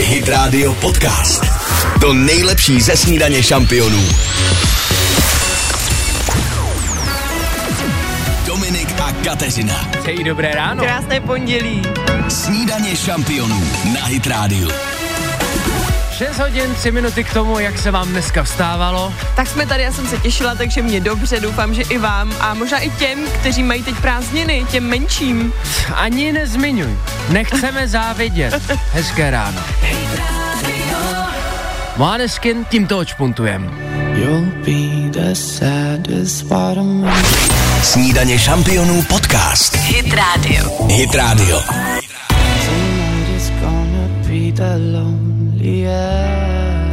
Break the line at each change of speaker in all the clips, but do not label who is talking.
Hit Radio Podcast. To nejlepší ze snídaně šampionů. Dominik a Kateřina.
Hej, dobré ráno.
Krásné pondělí.
Snídaně šampionů na Hit Radio.
6 hodin, 3 minuty k tomu, jak se vám dneska vstávalo.
Tak jsme tady, já jsem se těšila, takže mě dobře, doufám, že i vám a možná i těm, kteří mají teď prázdniny, těm menším.
Ani nezmiňuj, nechceme závidět. Hezké ráno. No Måneskin tímto očpuntujem.
You'll be the saddest part of me.
Snídaně šampionů podcast. Hit Radio. Hit Radio.
Tonight is gonna be the loneliest.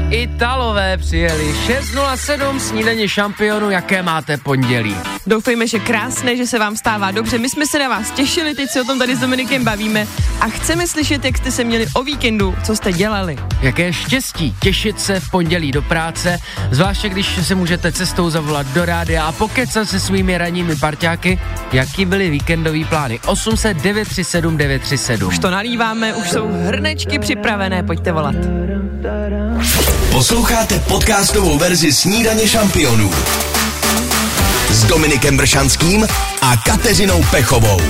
Italové přijeli 6.07 snídaně šampionu, jaké máte pondělí.
Doufejme, že krásné, že se vám stává dobře. My jsme se na vás těšili, teď se o tom tady s Dominikem bavíme a chceme slyšet, jak jste se měli o víkendu, co jste dělali.
Jaké štěstí těšit se v pondělí do práce, zvláště když si můžete cestou zavolat do rádia a pokecat se svými ranními parťáky, jaký byly víkendový plány. 800 937 937.
Už to nalíváme, už jsou hrnečky připravené, pojďte volat.
Posloucháte podcastovou verzi Snídaně šampionů s Dominikem Bršanským a Kateřinou Pechovou.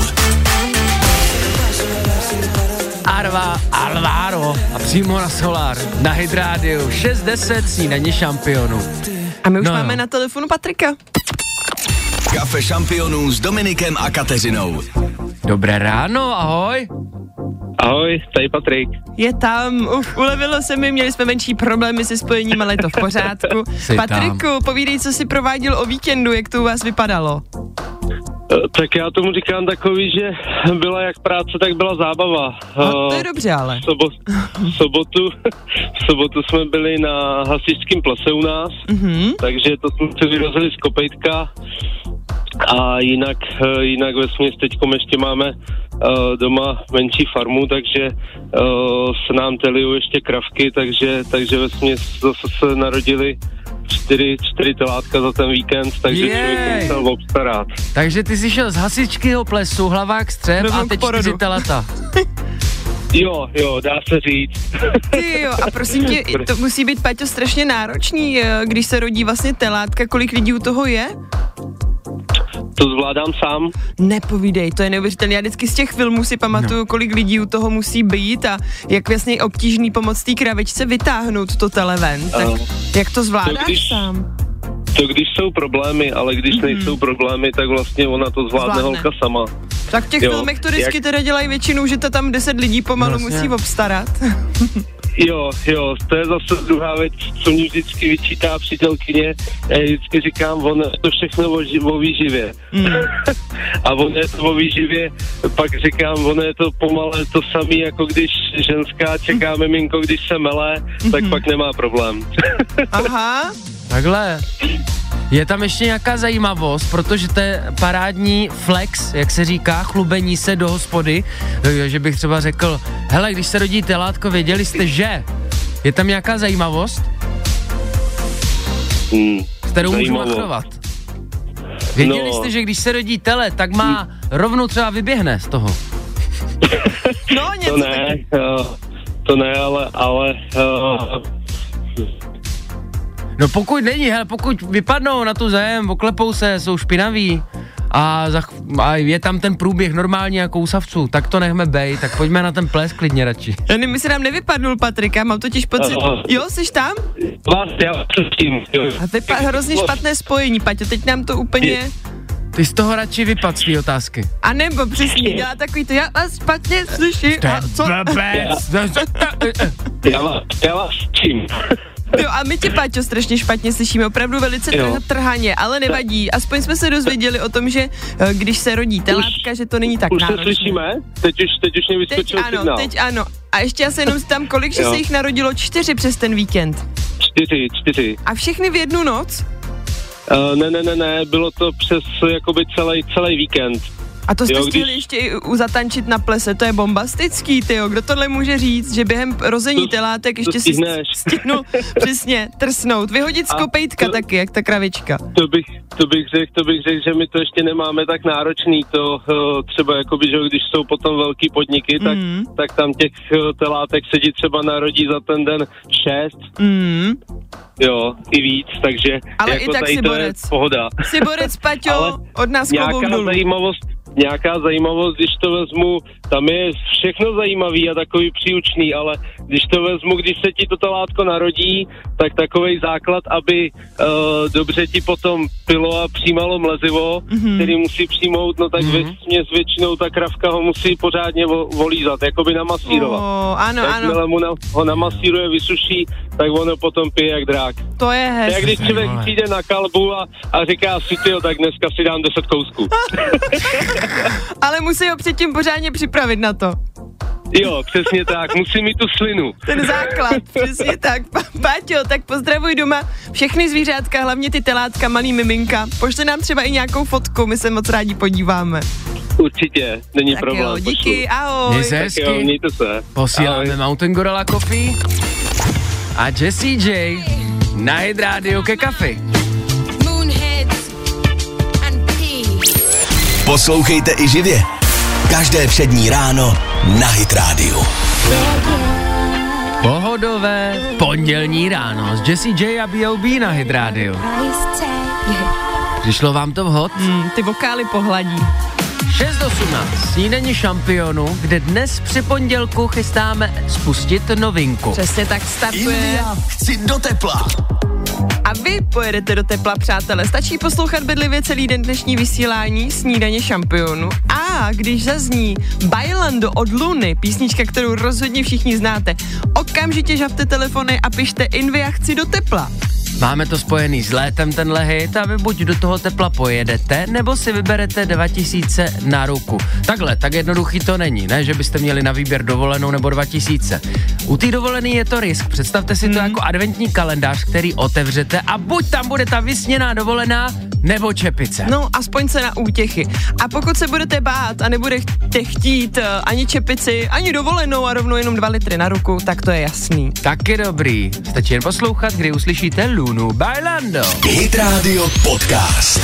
Arva Alvaro a přímo na Solar na Hydrádiu 610 snídaně šampionů.
A my už
No.
no. máme na telefonu Patrika.
Kafe šampionů s Dominikem a Kateřinou.
Dobré ráno, ahoj.
Ahoj, tady Patrik.
Je tam, uf, ulevilo se mi, měli jsme menší problémy se spojením, ale je to v pořádku.
Jsi tam.
Patriku, povídej, co jsi prováděl o víkendu, jak to u vás vypadalo.
E, Tak já tomu říkám takový, že byla jak práce, tak byla zábava.
No, to
E,
je dobře, ale.
v, sobo- v, sobotu, v sobotu jsme byli na hasičském plese u nás,
Mhm.
takže to jsme se vyrazili z kopejtka a jinak, e, jinak ve směs teďkom ještě máme e, doma menší farmu, takže e, se nám telijou ještě kravky, takže, takže ve směs zase se narodili čtyři, čtyři telátka za ten víkend, takže
Jej.
člověk to musel obstarat.
Takže ty jsi šel z hasičského plesu, hlavák střep
Rovnou
a
k
teď
porodu.
čtyři telata.
Jo, jo, dá se říct.
Ty jo, a prosím tě, to musí být, Paťo, strašně náročný, eh, když se rodí vlastně telátka, kolik lidí u toho je?
To zvládám sám.
Nepovídej, to je neuvěřitelné. Já vždycky z těch filmů si pamatuju, no. kolik lidí u toho musí být a jak vlastně je obtížný pomoc té kravičce vytáhnout to tele ven. Tak
Ano.
jak to zvládáš
když-
sám?
To když jsou problémy, ale když mm-hmm. nejsou problémy, tak vlastně ona to zvládne,
Zvládne.
holka sama.
Tak v těch
jo,
filmech to vždycky
jak-
teda dělají většinou, že to tam 10 lidí pomalu
Jasně.
musí obstarat.
Jo, jo, to je zase druhá věc, co mě vždycky vyčítá přítelkyně. Já jí vždycky říkám, on je to všechno o, ži- o výživě. Mm. A on je to o výživě, pak říkám, ono je to pomale to samé, jako když ženská čeká miminko, když se mele, tak pak nemá problém.
Aha,
Takhle. Je tam ještě nějaká zajímavost, protože to je parádní flex, jak se říká, chlubení se do hospody, Jo, že bych třeba řekl, hele, když se rodí telátko, věděli jste, že? Je tam nějaká zajímavost,
Mm.
s kterou můžu
Zajímavost.
machrovat? Věděli
No. Hmm.
jste, že když se rodí tele, tak má rovnou třeba vyběhne z toho.
no
To
něco
ne, jo, to ne, ale, ale uh,
No pokud není, hele, pokud vypadnou na tu zem, oklepou se, jsou špinaví a, za, ch- a je tam ten průběh normální jako u savců, tak to nechme bej, tak pojďme na ten ples klidně radši.
Ne, my se nám nevypadnul, Patrika, mám totiž pocit...
Ano.
Jo, jsi tam?
Vás, Vlastně já předtím. jo.
A vypa- hrozně špatné spojení, Paťo, teď nám to úplně...
Ty z toho radši vypad z té otázky.
A nebo přesně dělá takový to, já vás špatně slyším, a co?
Já vás, já vás čím.
Jo, a my tě, Paťo, strašně špatně slyšíme, opravdu velice
Jo.
trh- trhaně, ale nevadí. Aspoň jsme se dozvěděli o tom, že eh, když se rodí telátka, že to není tak
Už se
náročné.
slyšíme? Teď už, teď už mě
Teď
vyskočil
ano,
signál.
teď ano. A ještě já se jenom tam, kolik že
Jo.
se jich narodilo čtyři přes ten víkend.
Čtyři, čtyři. Eh,
A všechny v jednu noc?
Uh, ne, ne, ne, ne, bylo to přes jakoby celý, celý víkend.
A to jste
Jo,
jo,
když-
chtěli ještě i u- zatančit na plese, to je bombastický, ty jo. Kdo tohle může říct, že během rození
To-
telátek
to
ještě si
stihneš.
stihnul přesně trsnout, vyhodit z
A
kopejtka
to-
taky, jak ta kravička.
To bych, to bych řekl, to bych řekl, že my to ještě nemáme tak náročný, to eh, třeba jakoby, že když jsou potom velký podniky, tak,
Mm.
tak tam těch eh, telátek sedí třeba narodí za ten den šest,
Mm.
jo, i víc, takže
Ale
jako
i tak
tady
si
to je
borec.
pohoda.
Jsi borec, Paťo,
Ale
od nás klobouk
Nějaká
dolů.
zajímavost, nějaká zajímavost, když to vezmu, tam je všechno zajímavý a takový příučný, ale když to vezmu, když se ti toto látko narodí, tak takový základ, aby uh, dobře ti potom pilo a přijímalo mlezivo,
Mhm.
mm-hmm. který musí přijmout, no tak mm-hmm. věc, většinou ta kravka ho musí pořádně vo, volízat, jakoby namasírovat. Oh.
O, ano, ano,
Jakmile mu na, ho namasíruje, vysuší, tak ono potom pije jak drák.
to je
To je Jak
hezké.
když člověk
vole.
přijde na kalbu a, a říká si, tyjo, tak dneska si dám 10 kousků.
Ale musí ho předtím pořádně připravit na to.
Jo, přesně tak, musí mít tu slinu.
Ten základ, přesně tak. Pa, Paťo, tak pozdravuj doma všechny zvířátka, hlavně ty telátka, malý miminka. Pošli nám třeba i nějakou fotku, my se moc rádi podíváme.
Určitě, není
Tak
problém.
jo, díky,
pošlu.
Měj
ahoj.
se
Tak jo,
hezky.
mějte se. Ahoj.
Posíláme Mountain Gorilla Coffee a Jesse J na Hit Radio ke kafi.
Moonheads and pee.
Poslouchejte i živě. Každé přední ráno na Hit Radio.
Pohodové pondělní ráno s Jesse J a B.O.B. na Hit Radio. Přišlo vám to vhod?
Hmm, ty vokály pohladí.
6.18. Snídaní šampionu, kde dnes při pondělku chystáme spustit novinku.
Přesně tak startuje.
India, chci do tepla.
A vy pojedete do tepla, přátelé. Stačí poslouchat bedlivě celý den dnešní vysílání snídaně šampionu. A když zazní Bailando od Luny, písnička, kterou rozhodně všichni znáte, okamžitě žavte telefony a pište Invia chci do tepla.
Máme to spojený s létem tenhle hit a vy buď do toho tepla pojedete, nebo si vyberete 9000 na ruku. Takhle, tak jednoduchý to není, ne, že byste měli na výběr dovolenou nebo 2000. U té dovolené je to risk, představte si to jako adventní kalendář, který otevřete a buď tam bude ta vysněná dovolená, nebo čepice.
No, aspoň se na útěchy. A pokud se budete bát a nebudete chtít eh, ani čepici, ani dovolenou a rovnou jenom 2 litry na ruku, tak to je jasný.
Taky dobrý. Stačí jen poslouchat, kdy uslyšíte Lunu Bailando.
Hit Radio Podcast.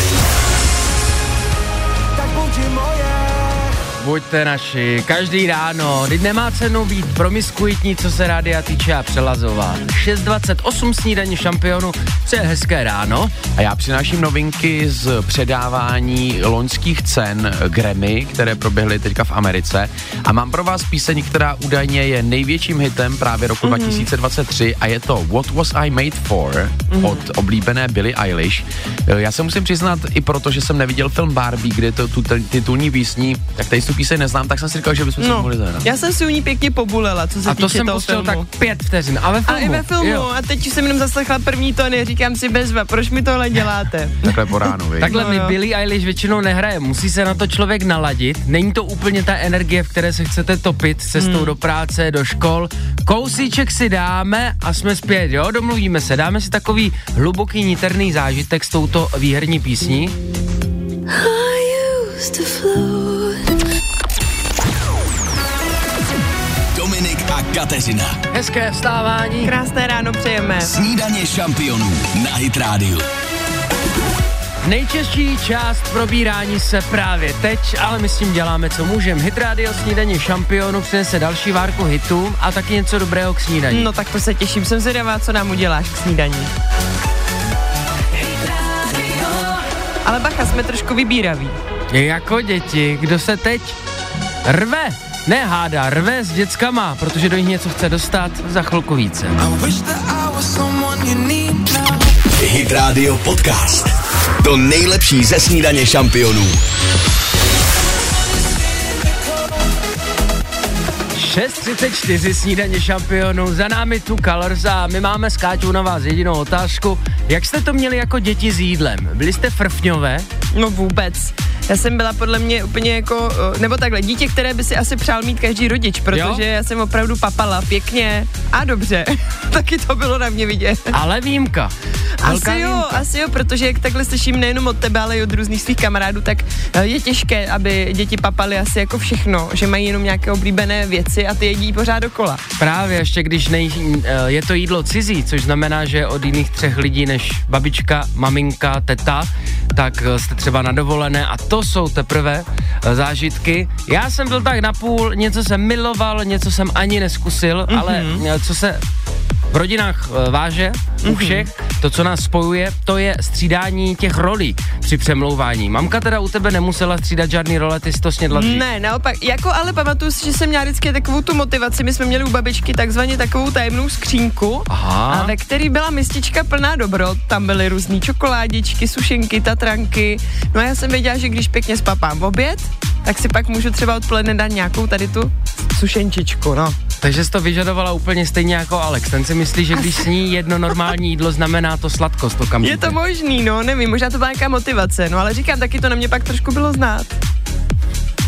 Buďte naši, každý ráno. Teď nemá cenu být promiskuitní, co se rádia týče a přelazovat. 6.28 snídaní šampionu, co je hezké ráno.
A já přináším novinky z předávání loňských cen Grammy, které proběhly teďka v Americe. A mám pro vás píseň, která údajně je největším hitem právě roku
Mhm.
2023 a je to What Was I Made For
Mhm.
od oblíbené Billie Eilish. Eh, Já se musím přiznat i proto, že jsem neviděl film Barbie, kde je to tu t- titulní písní, tak tady tu píseň neznám, tak jsem si říkal, že bychom si ji
No,
mohli zahrát.
já jsem si u ní pěkně pobulela, co se
A to
týče
jsem
toho
pustil
filmu.
tak pět vteřin, ale ve
A
filmu.
i ve filmu.
jo.
A teď jsem jenom zaslechla první tony, říkám si bezva, proč mi tohle děláte?
Takhle po ránu, viď?
Takhle
No
mi
jo.
Billie Eilish většinou nehraje, musí se na to člověk naladit, není to úplně ta energie, v které se chcete topit cestou
Hmm.
do práce, do škol. Kousíček si dáme a jsme zpět, jo, domluvíme se, dáme si takový hluboký niterný zážitek s touto výherní písní.
Dominik a Kateřina.
Hezké vstávání.
Krásné ráno přejeme.
Snídaně šampionů na Hit Radio.
Nejčastší část probírání se právě teď, ale my s tím děláme, co můžeme. Hit Radio snídaně šampionu přinese další várku hitů a taky něco dobrého k snídaní.
No tak to se těším, jsem zvědavá, co nám uděláš k snídaní. Ale bacha, jsme trošku vybíraví.
Jako děti, kdo se teď rve, ne hádá, rve s dětskama, protože do nich něco chce dostat za chvilku více.
Hit Radio Podcast. To nejlepší ze snídaně šampionů.
6.34 snídaně šampionů, za námi tu Colors a my máme s Káťou na vás jedinou otázku. Jak jste to měli jako děti s jídlem? Byli jste frfňové?
No vůbec. Já jsem byla podle mě úplně jako, eh, nebo takhle, dítě, které by si asi přál mít každý rodič, protože
Jo?
já jsem opravdu papala pěkně a dobře. Taky to bylo na mě vidět.
Ale výjimka. Velká
Asi jo,
výjimka.
asi jo, protože jak takhle slyším nejenom od tebe, ale i od různých svých kamarádů, tak eh, je těžké, aby děti papaly asi jako všechno, že mají jenom nějaké oblíbené věci a ty jedí pořád dokola.
Právě ještě když nej, eh, je to jídlo cizí, což znamená, že je od jiných třech lidí než babička, maminka, teta, tak eh, jste třeba na dovolené a to jsou teprve eh, zážitky. Já jsem byl tak napůl, něco jsem miloval, něco jsem ani neskusil, mm-hmm. ale eh, co se v rodinách eh, váže, u všech, to, co nás spojuje, to je střídání těch rolí při přemlouvání. Mamka teda u tebe nemusela střídat žádný role, ty jsi to snědla dřív.
Ne, naopak, jako ale pamatuju si, že jsem měla vždycky takovou tu motivaci, my jsme měli u babičky takzvaně takovou tajemnou skřínku,
Aha.
a ve který byla mistička plná dobrot, tam byly různé čokoládičky, sušenky, tatranky, no a já jsem věděla, že když pěkně spapám oběd, tak si pak můžu třeba odpoledne dát nějakou tady tu sušenčičku, no.
Takže jsi to vyžadovala úplně stejně jako Alex. Ten si myslí, že když sní jedno normální jídlo, znamená to sladkost okamžitě.
Je to možný, no, nevím, možná to byla nějaká motivace, no ale říkám, taky to na mě pak trošku bylo znát.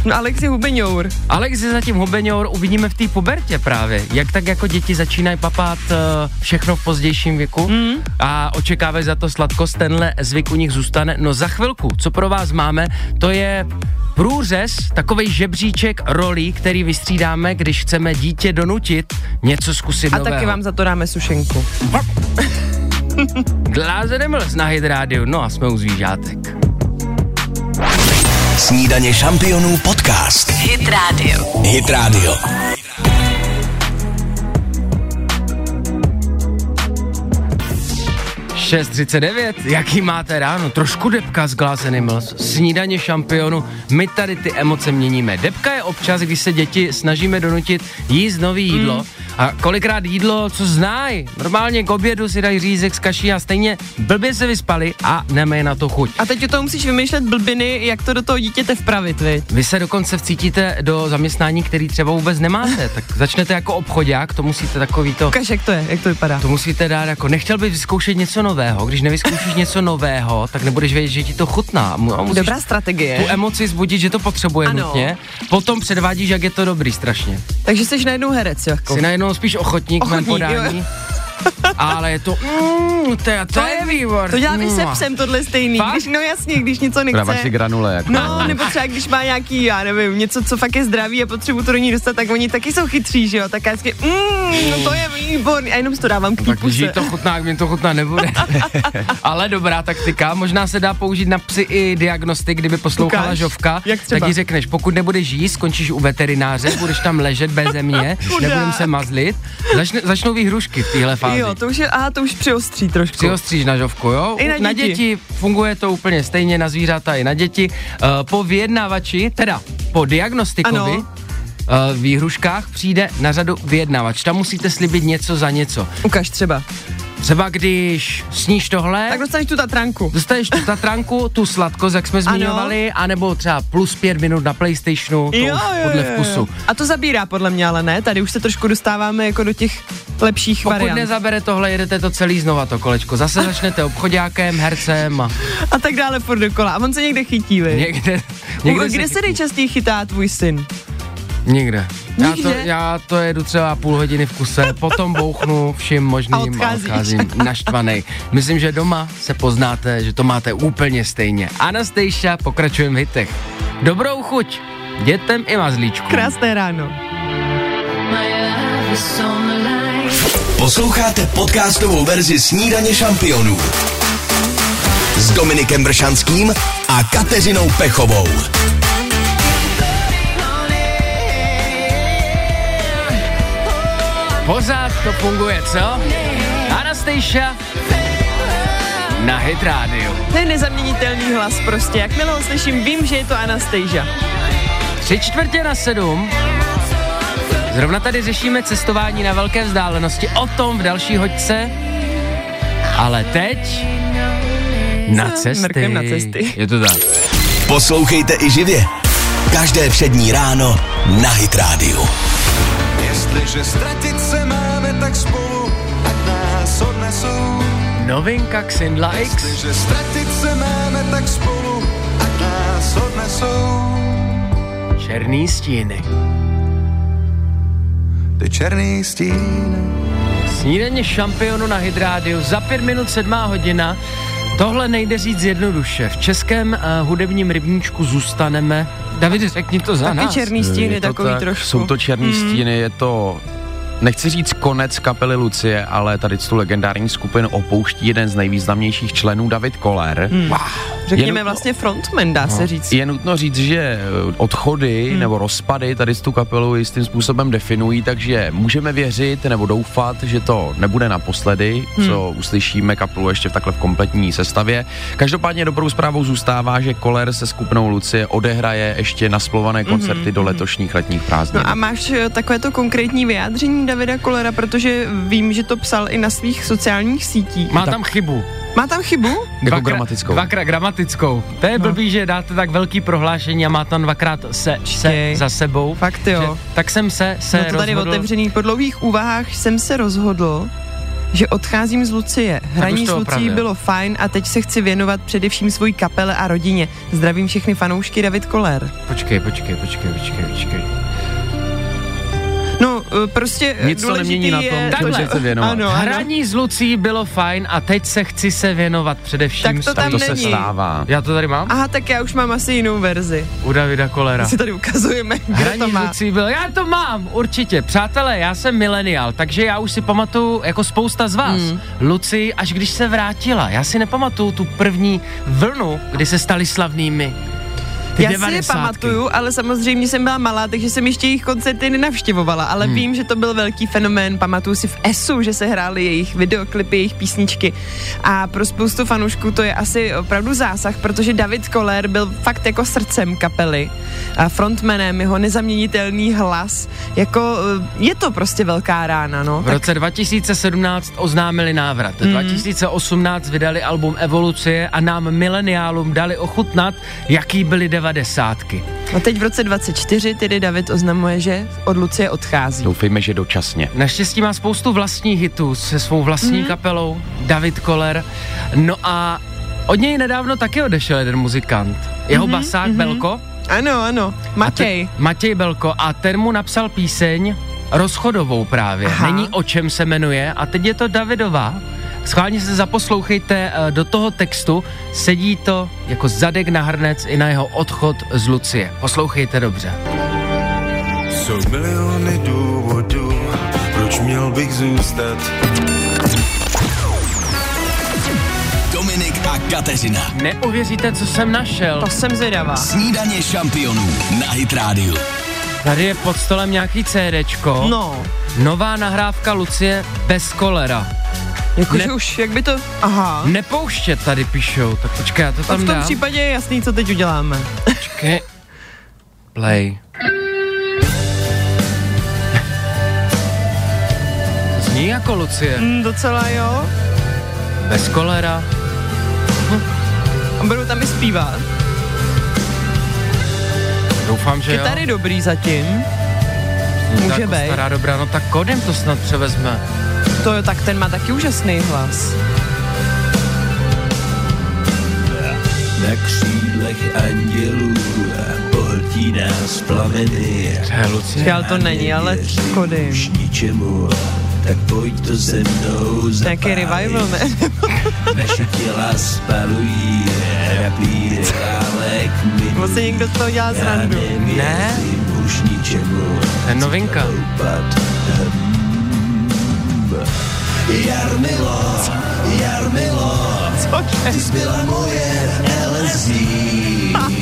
No Alex je hubeňour.
Alex je zatím hubeňour, uvidíme v té pubertě právě, jak tak jako děti začínají papát eh, všechno v pozdějším věku
Mhm.
a očekávají za to sladkost, tenhle zvyk u nich zůstane. No za chvilku, co pro vás máme, to je průřez, takovej žebříček rolí, který vystřídáme, když chceme dítě donutit něco zkusit
A
nového.
taky vám za to dáme sušenku.
Gláze Deml z Nahyd Rádiu, no a jsme u zvířátek.
Snídaně šampionů podcast.
Hit Radio.
Hit Radio.
Šest 6.39, jaký máte ráno? Trošku depka z Glass Animals, snídaně šampionu, my tady ty emoce měníme. Depka je občas, když se děti snažíme donutit jíst nový jídlo a kolikrát jídlo, co znají. Normálně k obědu si dají řízek z kaší a stejně blbě se vyspali a nemají na to chuť.
A teď o tom musíš vymýšlet blbiny, jak to do toho dítěte vpravit, viď?
Vy se dokonce vcítíte do zaměstnání, který třeba vůbec nemáte, tak začnete jako obchodák, to musíte takový to...
Ukaž, jak to je, jak to vypadá.
To musíte dát jako, nechtěl bys vyzkoušet něco nového, když nevyzkoušíš něco nového, tak nebudeš vědět, že ti to chutná. Mu- a musíš
Dobrá
tu
strategie.
emoci zbudit, že to potřebuje
Ano.
nutně, potom předvádíš, jak je to dobrý strašně.
Takže jsi najednou herec, jo, jako.
Jsi najednou spíš ochotník, ochotník
Ochotník, jo.
podání, ale je to, mm, to, je- Mm. to, je výbor.
To dělám i se
Mua.
psem, tohle stejný.
Fakt?
Když, no jasně, když něco
Dáváš si
nechce.
granule. Jako.
No, nebo třeba když má nějaký, já nevím, něco, co fakt je zdravý a potřebuji to do ní dostat, tak oni taky jsou chytří, že jo? Tak já vždycky, mm, no to je výborný. A jenom si to dávám k
No Tak když jí
puse.
to chutná, jak mě to chutná nebude. Ale dobrá taktika, možná se dá použít na psy i diagnostik, kdyby poslouchala
Ukáž,
Žovka,
jak třeba?
tak jí řekneš, pokud nebudeš jíst, skončíš u veterináře, budeš tam ležet beze mě,
Chudák.
nebudem se mazlit. Začne, začnou výhrušky v téhle fázi.
Jo, to už je, aha, to už přiostří trošku.
Přiostříž na žovku, jo?
I na
na
děti.
děti funguje to úplně stejně, na zvířata i na děti. Eh, Po vyjednavači, teda po diagnostikovi,
Ano.
eh, v výhruškách přijde na řadu vyjednavač. Tam musíte slibit něco za něco.
Ukaž třeba.
Třeba když sníš tohle,
Tak dostaneš tu tatranku.
Dostaneš tu tatranku, tu sladkost, jak jsme
Ano.
zmiňovali, anebo třeba plus pět minut na Playstationu, to už podle vkusu.
A to zabírá podle mě, ale ne. Tady už se trošku dostáváme jako do těch lepších
Pokud
variant.
nezabere tohle, jedete to celý znova to kolečko. Zase začnete obchodákem, hercem a
a tak dále furt dokola. A on se někde chytí, vy.
někde,
Někde
někde
Kde se, nejčastěji chytá tvůj syn?
Nikde. Já to,
Nikde?
já to jedu třeba půl hodiny v kuse, potom bouchnu vším
A
možným a,
odcházíš.
odcházím naštvanej. Myslím, že doma se poznáte, že to máte úplně stejně. Anastejša, pokračujeme v hitech. Dobrou chuť, dětem i mazlíčku.
Krásné ráno.
Posloucháte podcastovou verzi Snídaně šampionů s Dominikem Bršanským a Kateřinou Pechovou.
Pořád to funguje, co? Anastejša na Hit Radio.
To je nezaměnitelný hlas prostě. Jakmile ho slyším, vím, že je to Anastasia.
Tři čtvrtě na sedm. Zrovna tady řešíme cestování na velké vzdálenosti. O tom v další hoďce. Ale teď na
S
cesty.
mrkem na cesty.
Je to tak.
Poslouchejte i živě. Každé přední ráno na Hit Radio.
Jestliže ztratit se máme, tak spolu, ať nás odnesou.
Novinka Xindla X.
Jestliže ztratit se máme, tak spolu, ať nás nás odnesou.
Černý stíny.
Ty černý stín.
Snídaně šampionu na Hydrádiu za pět minut sedmá hodina. Tohle nejde říct jednoduše. V českém uh, hudebním rybníčku zůstaneme. David, řekni to za
Taky
nás.
černý stín je
to
takový
tak,
trošku. Mhm.
Jsou to černý mm. stíny, je to... Nechci říct konec kapely Lucie, ale tady tu legendární skupinu opouští jeden z nejvýznamnějších členů David Koller.
Mhm.
Mm.
Řekněme
Jenom-
vlastně frontman, dá se říct.
Je nutno říct, že eh, odchody nebo rozpady tady z tu kapelu jistým způsobem definují, takže můžeme věřit nebo doufat, že to nebude naposledy, co uslyšíme kapelu ještě v takhle v kompletní sestavě. Každopádně dobrou zprávou zůstává, že Koller se skupinou Lucie odehraje ještě nasplované koncerty do letošních letních prázdnin.
No a máš eh, takovéto konkrétní vyjádření Davida Kolera, protože vím, že to psal i na svých sociálních sítích.
Má tam chybu.
Má tam chybu?
jako gramatickou.
Dvakrát gramatickou. To
No.
je blbý, že dáte tak velký prohlášení a má tam dvakrát se, se
Čtěj.
za sebou.
Fakt jo.
Že, tak jsem se, se
no to tady
rozhodl,
otevřený. Po dlouhých úvahách jsem se rozhodl, že odcházím z Lucie. Hraní
už
s
to
Lucí
opravil.
bylo fajn a teď se chci věnovat především svojí kapele a rodině. Zdravím všechny fanoušky David Koller.
Počkej, počkej, počkej, počkej, počkej.
No, eh, prostě eh,
Nic to
důležitý
nemění na tom,
je...
čemu
se
chce věnovat.
No, Ano, ano.
Hraní s Lucí bylo fajn a teď se chci se věnovat především.
Tak to
s-
tam
to se
není.
stává.
Já to tady mám?
Aha, tak já už mám asi jinou verzi.
U Davida Kolera.
Si tady ukazujeme, kdo to
Hraní
má.
Lucí byl, já to mám, určitě. Přátelé, já jsem mileniál, takže já už si pamatuju, jako spousta z vás,
Hmm.
mm. Luci, až když se vrátila. Já si nepamatuju tu první vlnu, kdy se stali slavnými. Ty
Já si je
devadesátky.
pamatuju, ale samozřejmě jsem byla malá, takže jsem ještě jejich koncerty nenavštěvovala, ale hmm. vím, že to byl velký fenomén. Pamatuju si v ESu, že se hrály jejich videoklipy, jejich písničky. A pro spoustu fanoušků to je asi opravdu zásah, protože David Koller byl fakt jako srdcem kapely a frontmanem, jeho nezaměnitelný hlas. Jako eh, je to prostě velká rána, no.
V roce 2017 oznámili návrat,
Hmm.
2018 vydali album Evoluce a nám mileniálům dali ochutnat, jaký byly devadesátky.
A teď v roce 24 tedy David oznamuje, že od Lucie odchází.
No.
Doufejme, že dočasně.
Naštěstí má spoustu vlastních hitů se svou
Mhm.
vlastní mm-hmm. kapelou, David Koller. No a od něj nedávno taky odešel jeden muzikant. Jeho mm-hmm, basák mm-hmm. Belko.
Ano, ano,
A te-
Mhm, Matěj.
Matěj Belko a ten mu napsal píseň rozchodovou právě. Aha.
Aha.
Není o čem se jmenuje a teď je to Davidová. Schválně se zaposlouchejte eh, do toho textu. Sedí to jako zadek na hrnec i na jeho odchod z Lucie. Poslouchejte dobře.
Jsou miliony důvodů, proč měl bych zůstat.
Dominik a Kateřina.
Neuvěříte, co jsem našel.
To jsem zvědavá.
Snídaně šampionů na Hit Radio.
Tady je pod stolem nějaký CDčko.
No,
Nová nahrávka Lucie bez kolera.
jakože
Ne-
už, jak by to... Aha.
Nepouštět tady píšou, tak počkej, já to
A
tam
v tom
dám.
případě je jasný, co teď uděláme.
Počkej. Play. Zní jako Lucie.
Mm, docela jo.
Bez kolera.
A budou tam i zpívat.
Doufám, že jo.
Kytary dobrý zatím.
Zní to
může
jako
bejt.
stará dobrá, no tak kodem to snad převezme.
To jo, tak ten má taky úžasný hlas.
Na křídlech andělů pohltí nás plameny.
To je Lucie.
Já to není, ale škody.
Už ničemu, tak pojď to se mnou
Nějaký revival, ne?
Naše těla spalují, hrabí reálek mi.
Moc si někdo z toho dělá srandu.
Ne?
Nevěřím už ničemu.
To je novinka.
Upad. Jarmilo, Jarmilo,
Cože?
ty jsi byla moje LSD.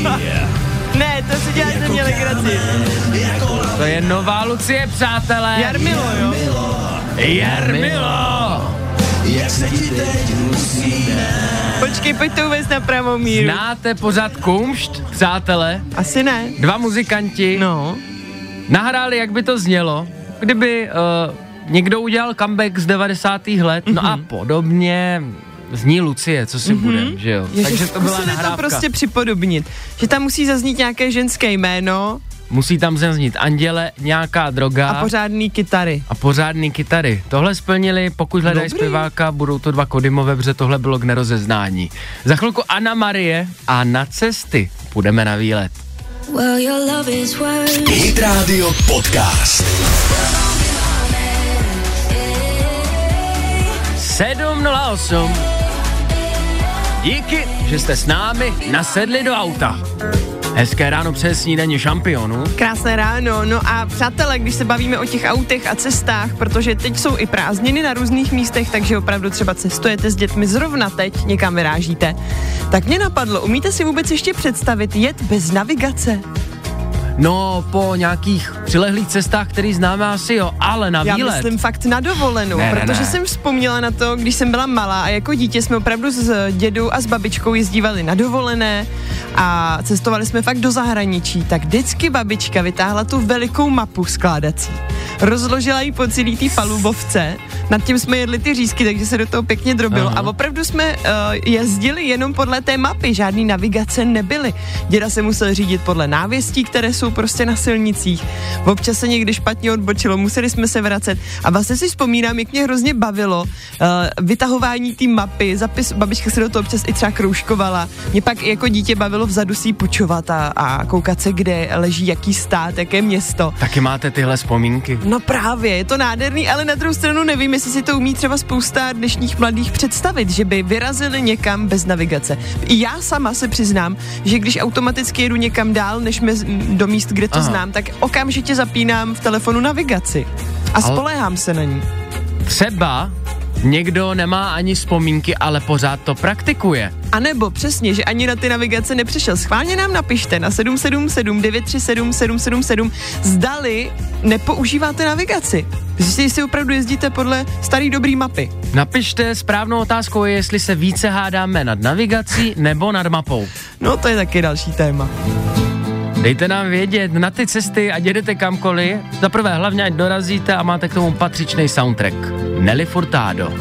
Ne, to si dělá ze mě legraci.
To je nová Lucie, přátelé.
Jarmilo, jo?
Jarmilo.
Jak se ti teď musíme?
Počkej, pojď to uvést na pravou míru.
Znáte pořád kumšt, přátelé?
Asi ne.
Dva muzikanti.
No.
nahráli, jak by to znělo, kdyby uh, někdo udělal comeback z 90. let, mm-hmm. no
Mhm.
a podobně zní Lucie, co si mm-hmm. budem, že jo.
Ježiš,
Takže to byla
zkusili prostě
nahrávka.
to prostě připodobnit, že tam musí zaznít nějaké ženské jméno
musí tam zaznít anděle, nějaká droga
A pořádný kytary.
a pořádný kytary. Tohle splnili, pokud hledají
Dobrý.
zpěváka, budou to dva Kodymové, protože tohle bylo k nerozeznání. Za chvilku Anna Marie a na cesty půjdeme na výlet.
Well, your love is worth
Hit Radio Podcast.
7.08 Díky, že jste s námi nasedli do auta. Hezké ráno přes snídaní šampionů.
Krásné ráno. No a přátelé, když se bavíme o těch autech a cestách, protože teď jsou i prázdniny na různých místech, takže opravdu třeba cestujete s dětmi zrovna teď, někam vyrážíte, tak mě napadlo, umíte si vůbec ještě představit jet bez navigace?
No, po nějakých přilehlých cestách, který známe asi jo, ale na
Já
výlet.
myslím fakt na dovolenou,
Ne,
ne,
ne, ne.
protože ne. jsem vzpomněla na to, když jsem byla malá a jako dítě jsme opravdu s dědou a s babičkou jezdívali na dovolené a cestovali jsme fakt do zahraničí, tak vždycky babička vytáhla tu velikou mapu skládací. Rozložila ji po celý té palubovce, nad tím jsme jedli ty řízky, takže se do toho pěkně drobilo
Aha.
a opravdu jsme uh, jezdili jenom podle té mapy, žádný navigace nebyly. Děda se musel řídit podle návěstí, které jsou prostě na silnicích. Občas se někdy špatně odbočilo, museli jsme se vracet. A vlastně si vzpomínám, jak mě hrozně bavilo uh, vytahování té mapy, zapis, babička se do toho občas i třeba kroužkovala. Mě pak i jako dítě bavilo vzadu si ji pučovat a, a koukat se, kde leží jaký stát, jaké město.
Taky máte tyhle vzpomínky.
No právě, je to nádherný, ale na druhou stranu nevím, jestli si to umí třeba spousta dnešních mladých představit, že by vyrazili někam bez navigace. I já sama se přiznám, že když automaticky jedu někam dál, než mez, m, do míst, kde to
Aha.
Aha. znám, tak okamžitě zapínám v telefonu navigaci. A
Ale-
spoléhám se na ní.
Třeba někdo nemá ani vzpomínky, ale pořád to praktikuje.
A nebo přesně, že ani na ty navigace nepřišel. Schválně nám napište na 777 937 777, zdali nepoužíváte navigaci. Jestli si opravdu jezdíte podle starý dobrý mapy.
Napište správnou otázku, jestli se více hádáme nad navigací nebo nad mapou.
No to je taky další téma.
Dejte nám vědět na ty cesty, ať jedete kamkoliv. Za prvé hlavně, ať dorazíte a máte k tomu patřičný soundtrack. Nelly Furtado.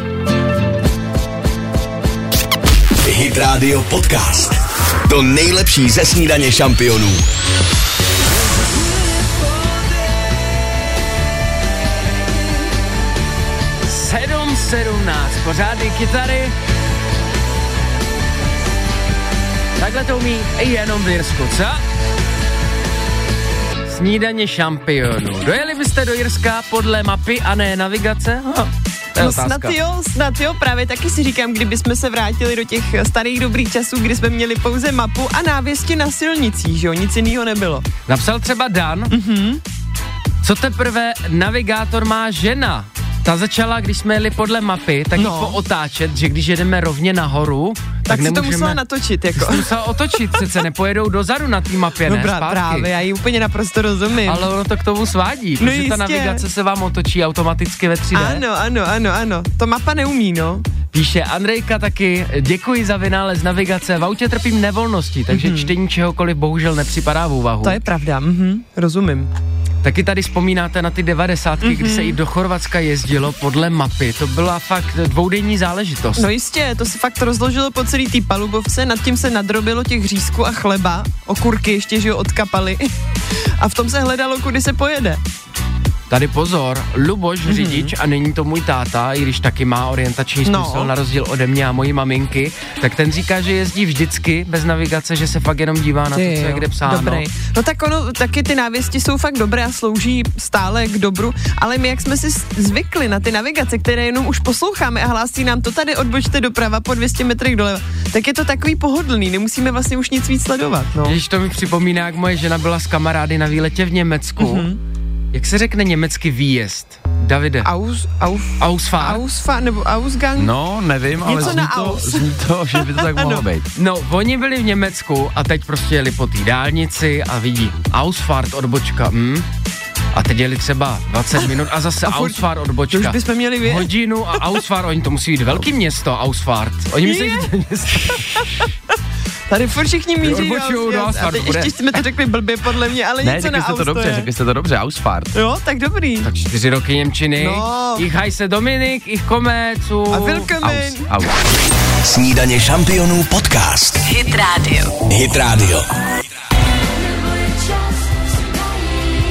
Hit Radio Podcast. To nejlepší ze snídaně šampionů.
Sedm sedmnáct, pořádný kytary. Takhle to umí i jenom v Jirsku, co? Snídaně šampionů. Dojeli byste do Jirska podle mapy a ne navigace? Ha, to je
No
otázka.
snad jo, snad jo, právě taky si říkám, kdybychom se vrátili do těch starých dobrých časů, kdy jsme měli pouze mapu a návěstě na silnicích, že jo, nic jiného nebylo.
Napsal třeba Dan. Mm-hmm.
Mhm.
Co teprve navigátor má žena? Ta začala, když jsme jeli podle mapy, tak no.
No.
ji pootáčet, že když jedeme rovně nahoru, tak,
Tak, tak si to
nemůžeme...
musela natočit, jako.
Jsi musel otočit, přece nepojedou dozadu na té mapě,
No
ne?
brá,
zpátky.
právě, já ji úplně naprosto rozumím.
Ale ono to k tomu svádí,
No
protože ta
jistě.
navigace se vám otočí automaticky ve 3D.
Ano, ano, ano, ano. To mapa neumí, no.
Píše Andrejka taky, děkuji za vynález navigace, v autě trpím nevolností, takže mm-hmm. čtení čehokoliv bohužel nepřipadá v úvahu.
Mhm. To je pravda, mhm, rozumím.
Taky tady vzpomínáte na ty devadesátky, mm-hmm. kdy se
Mhm.
i do Chorvatska jezdilo podle mapy. To byla fakt dvoudenní záležitost.
No jistě, to se fakt rozložilo po celý té palubovce, nad tím se nadrobilo těch řízků a chleba, okurky ještě, že jo, odkapaly. A v tom se hledalo, kudy se pojede.
Tady pozor, Luboš
Mhm.
mm-hmm. řidič a není to můj táta, i když taky má orientační
No.
smysl na rozdíl ode mě a mojí maminky, tak ten říká, že jezdí vždycky bez navigace, že se fakt jenom dívá na to, co
Ty
je
jo,
kde psáno.
Dobrý. No tak ono, taky ty návěsti jsou fakt dobré a slouží stále k dobru, ale my, jak jsme si s- zvykli na ty navigace, které jenom už posloucháme a hlásí nám to tady odbočte doprava po 200 metrech doleva, tak je to takový pohodlný, nemusíme vlastně už nic víc sledovat. No.
Když to mi připomíná, jak moje žena byla s kamarády na výletě v Německu.
Mhm.
Mm-hmm. Jak se řekne německy výjezd? Davide.
Aus, auf,
Ausfahrt.
ausfa, nebo Ausgang?
No, nevím, ale
Něco
zní
na
to,
aus.
zní to, že by to tak mohlo být.
No, oni byli v Německu a teď prostě jeli po té dálnici a vidí Ausfahrt odbočka, hm? A teď jeli třeba 20 minut a zase a
furt-
Ausfahrt
To už
odbočka.
bychom měli vědět.
Hodinu a Ausfahrt, oni to musí být velký město, Ausfahrt. Oni myslí, že to je město.
Tady furt všichni míří na
odbočujou do
Ausgang. A
Ausfahrt,
teď
bude.
ještě jsme to řekli blbě podle mě, ale
Ne,
něco na
řekli jste to
aus
dobře,
je.
řekli jste to dobře, Ausfahrt.
Jo, tak dobrý.
Tak čtyři roky Němčiny.
No.
Ich heiße Dominik, ich komme zu...
A willkommen.
Aus, aus.
Snídaně šampionů podcast. Hit Radio. Hit Radio.
just somebody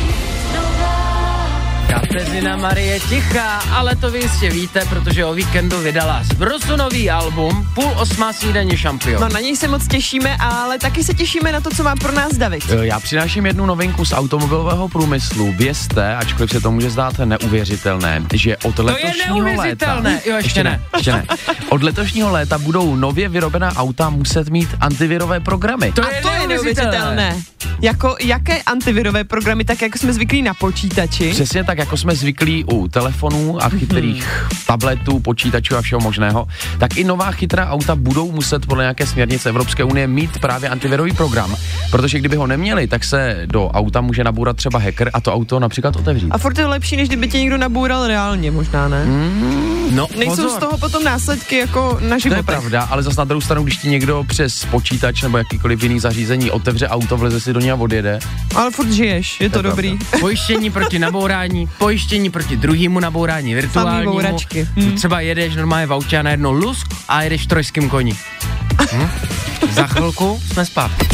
Kateřina Marie Tichá, ale to vy jistě víte, protože o víkendu vydala zbrosu nový album Půl osmá snídaně šampion.
No na něj se moc těšíme, ale taky se těšíme na to, co má pro nás David.
Eh, Já přináším jednu novinku z automobilového průmyslu. Vězte, ačkoliv se to může zdát neuvěřitelné, že od letošního léta...
neuvěřitelné. Jo, ještě ne.
Ještě ne. Od letošního léta budou nově vyrobená auta muset mít antivirové programy.
To
A No, to je neuvěřitelné. Jako jaké antivirové programy, tak jako jsme zvyklí na počítači.
Přesně tak, jako jsme zvyklí u telefonů
Mhm.
a chytrých tabletů, počítačů a všeho možného, tak i nová chytrá auta budou muset podle nějaké směrnice Evropské unie mít právě antivirový program, protože kdyby ho neměli, tak se do auta může nabourat třeba hacker a to auto například otevřít.
A furt je lepší, než kdyby tě někdo naboural reálně, možná ne. Hmm,
No,
Nejsou
pozor.
z toho potom následky jako na
To je
životech.
pravda, ale zase na druhou stranu, když ti někdo přes počítač nebo jakýkoliv jiný zařízení otevře auto, vleze si do něj a odjede.
Ale furt žiješ, je to,
pravda.
dobrý.
Pojištění proti nabourání, pojištění proti druhému nabourání, virtuálnímu.
bouračky.
Hmm. Třeba jedeš normálně v autě a najednou lusk a jedeš v trojském koni. Hm? Za chvilku jsme zpátky.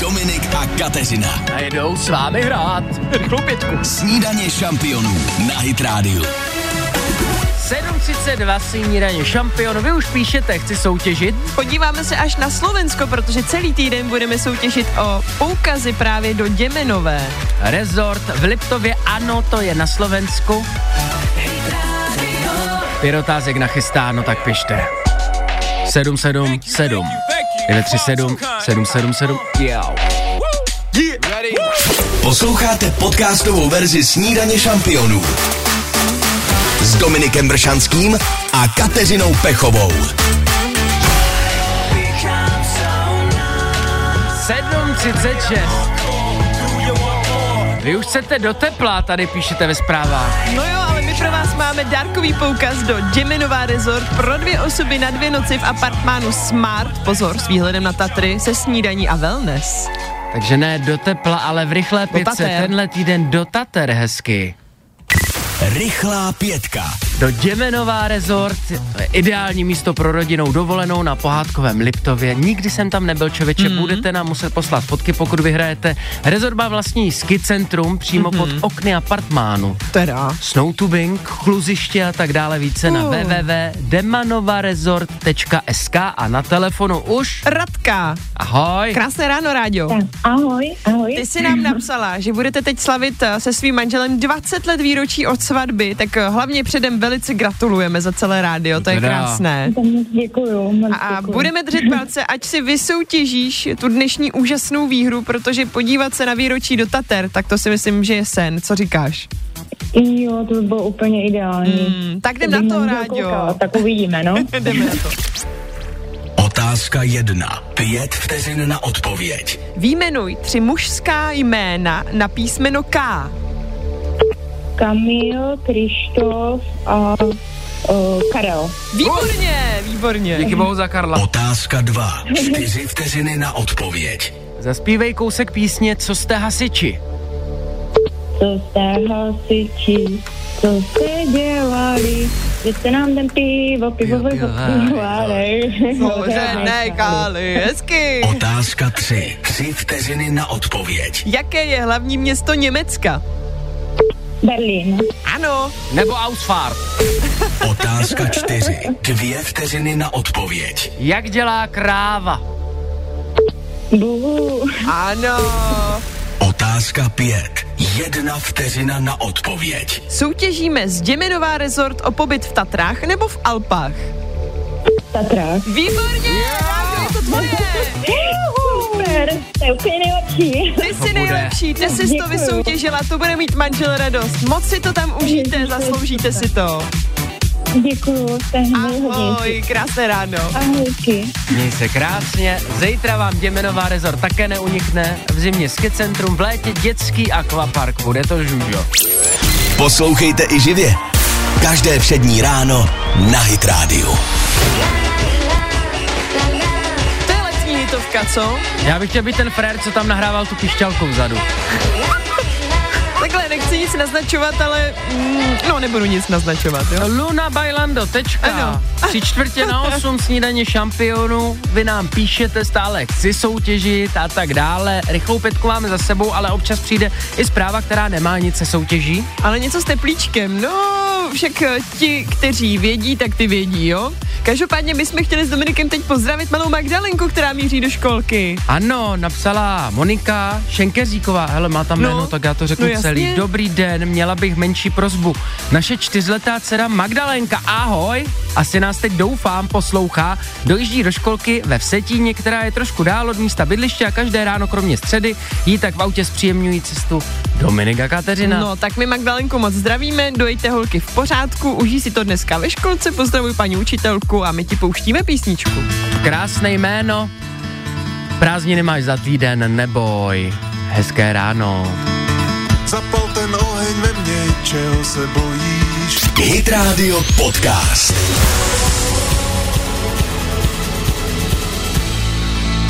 Dominik a Kateřina.
A jedou s vámi hrát. Chlupětku.
Snídaně šampionů na Hit Radio.
7.32 snídaně šampion. Vy už píšete, chci soutěžit.
Podíváme se až na Slovensko, protože celý týden budeme soutěžit o poukazy právě do Děmenové.
Resort v Liptově, ano, to je na Slovensku. Pět otázek nachystáno, tak pište. 777 937 777 Jo.
Posloucháte podcastovou verzi Snídaně šampionů s Dominikem Bršanským a Kateřinou Pechovou.
7.36 Vy už chcete do tepla, tady píšete ve zprávách.
No jo, ale my pro vás máme dárkový poukaz do Děmenová Resort pro dvě osoby na dvě noci v apartmánu Smart, pozor, s výhledem na Tatry, se snídaní a wellness.
Takže ne do tepla, ale v rychlé pětce
Tater.
tenhle týden do Tater hezky.
Rychlá pětka.
Do Děmenová resort, ideální místo pro rodinou dovolenou na pohádkovém Liptově. Nikdy jsem tam nebyl, čověče, mm. budete nám muset poslat fotky, pokud vyhrajete. Resort má vlastní ski centrum přímo mm. pod okny apartmánu.
Teda.
Snowtubing, chluziště a tak dále více na
Uh.
www.demanovaresort.sk a na telefonu už.
Radka,
Ahoj.
krásné ráno, Ráďo.
Ahoj, ahoj.
Ty jsi nám napsala, že budete teď slavit eh, se svým manželem 20 let výročí od svatby, tak eh, hlavně předem velice gratulujeme za celé rádio, to je
Teda.
krásné.
To moc děkuju. Moc
A
děkuju.
budeme držet palce, ať si vysoutěžíš tu dnešní úžasnou výhru, protože podívat se na výročí do Tater, tak to si myslím, že je sen. Co říkáš?
Jo, to by bylo úplně ideální.
Hmm, tak jdem na to, Ráďo.
Tak uvidíme, no.
Jdeme na to.
Otázka jedna. Pět vteřin na odpověď.
Výjmenuj tři mužská jména na písmeno K.
Kamil, Krištof a uh, Karel.
Výborně, výborně.
Díky bohu za Karla.
Otázka dva. Čtyři vteřiny na odpověď.
Zaspívej kousek písně Co jste hasiči.
Co jste hasiči, co jste dělali, že jste nám ten pivo, pivo,
Pivo,
pivo,
pivovar,
No,
pivo,
Kořené kály, hezky.
Otázka tři. Tři vteřiny na odpověď.
Jaké je hlavní město Německa?
Berlín.
Ano,
Nebo Ausfahrt.
Otázka čtyři. Dvě vteřiny na odpověď.
Jak dělá kráva?
Bu.
ano.
Otázka pět. Jedna vteřina na odpověď.
Soutěžíme s Děmenová resort o pobyt v Tatrách nebo v Alpách.
Tatrách.
Výborně, Ráďo, je to tvoje.
Super, to je úplně nejlepší.
Ty
bude.
jsi nejlepší, ty jsi to
Děkuju.
vysoutěžila, to bude mít manžel radost. Moc si to tam užijte, zasloužíte si to.
Děkuju, to je nejhodnější.
Ahoj, krásné ráno.
Ahojky.
Měj se krásně, zítra vám Děmenová rezort také neunikne, v zimě ski centrum, v létě dětský akvapark, bude to žužo.
Poslouchejte i živě. Každé přední ráno na Hit Radio.
To je letní hitovka, co?
Já bych chtěl být ten frér, co tam nahrával tu pišťalku vzadu.
Takhle nechci nic naznačovat, ale mm, no nebudu nic naznačovat, jo?
Luna Bailando, tečka.
Ano.
Tři čtvrtě na osm snídaně šampionů. Vy nám píšete stále, chci soutěžit a tak dále. Rychlou pětku máme za sebou, ale občas přijde i zpráva, která nemá nic se soutěží.
Ale něco s teplíčkem, no, však eh, ti, kteří vědí, tak ty vědí, jo? Každopádně my jsme chtěli s Dominikem teď pozdravit malou Magdalenku, která míří do školky.
Ano, napsala Monika Šenkeříková, hele, má tam
No,
jméno, tak já to řeknu
no jasně.
celý. Dobrý den, měla bych menší prozbu. Naše čtyřletá dcera Magdalenka, ahoj, asi nás teď doufám poslouchá, dojíždí do školky ve Vsetíně, která je trošku dál od místa bydliště a každé ráno, kromě středy, jí tak v autě zpříjemňují cestu Dominika Kateřina.
No, tak my Magdalenku moc zdravíme, dojďte holky v pořádku, užij si to dneska ve školce, pozdravuj paní učitelku a my ti pouštíme písničku.
Krásné jméno. Prázdniny máš za týden, neboj. Hezké ráno.
Zapal ten oheň ve mně, čeho se bojíš?
Hit Radio Podcast.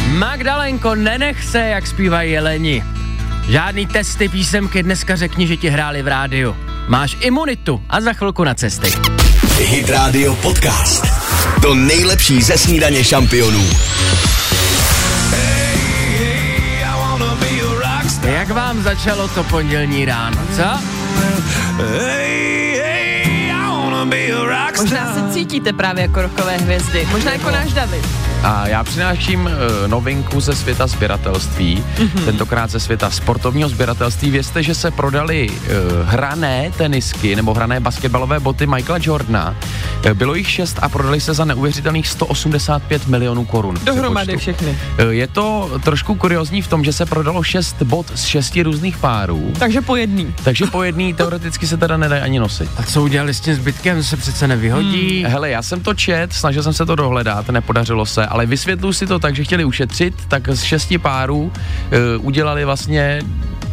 Magdalenko, nenech se, jak zpívají jeleni. Žádný testy písemky dneska řekni, že ti hráli v rádiu. Máš imunitu a za chvilku na cesty.
Hit Radio Podcast. To nejlepší ze snídaně šampionů.
Jak vám začalo to pondělní ráno, co?
Možná se cítíte právě jako rokové hvězdy, možná jako náš David.
A já přináším eh, novinku ze světa sběratelství, tentokrát ze světa sportovního sběratelství. Vězte, že se prodali eh, hrané tenisky nebo hrané basketbalové boty Michaela Jordana. Eh, Bylo jich šest a prodali se za neuvěřitelných 185 milionů korun. v
Dohromady
přepočtu.
všechny.
Eh, Je to trošku kuriozní v tom, že se prodalo šest bot z šesti různých párů,
Takže po jedný.
takže po jedný teoreticky se teda nedají ani nosit.
A co udělali s tím zbytkem, se přece nevyhodí.
Hele, já jsem to čet, snažil jsem se to dohledat, nepodařilo se, ale vysvětluji si to tak, že chtěli ušetřit, tak z šesti párů uh, udělali vlastně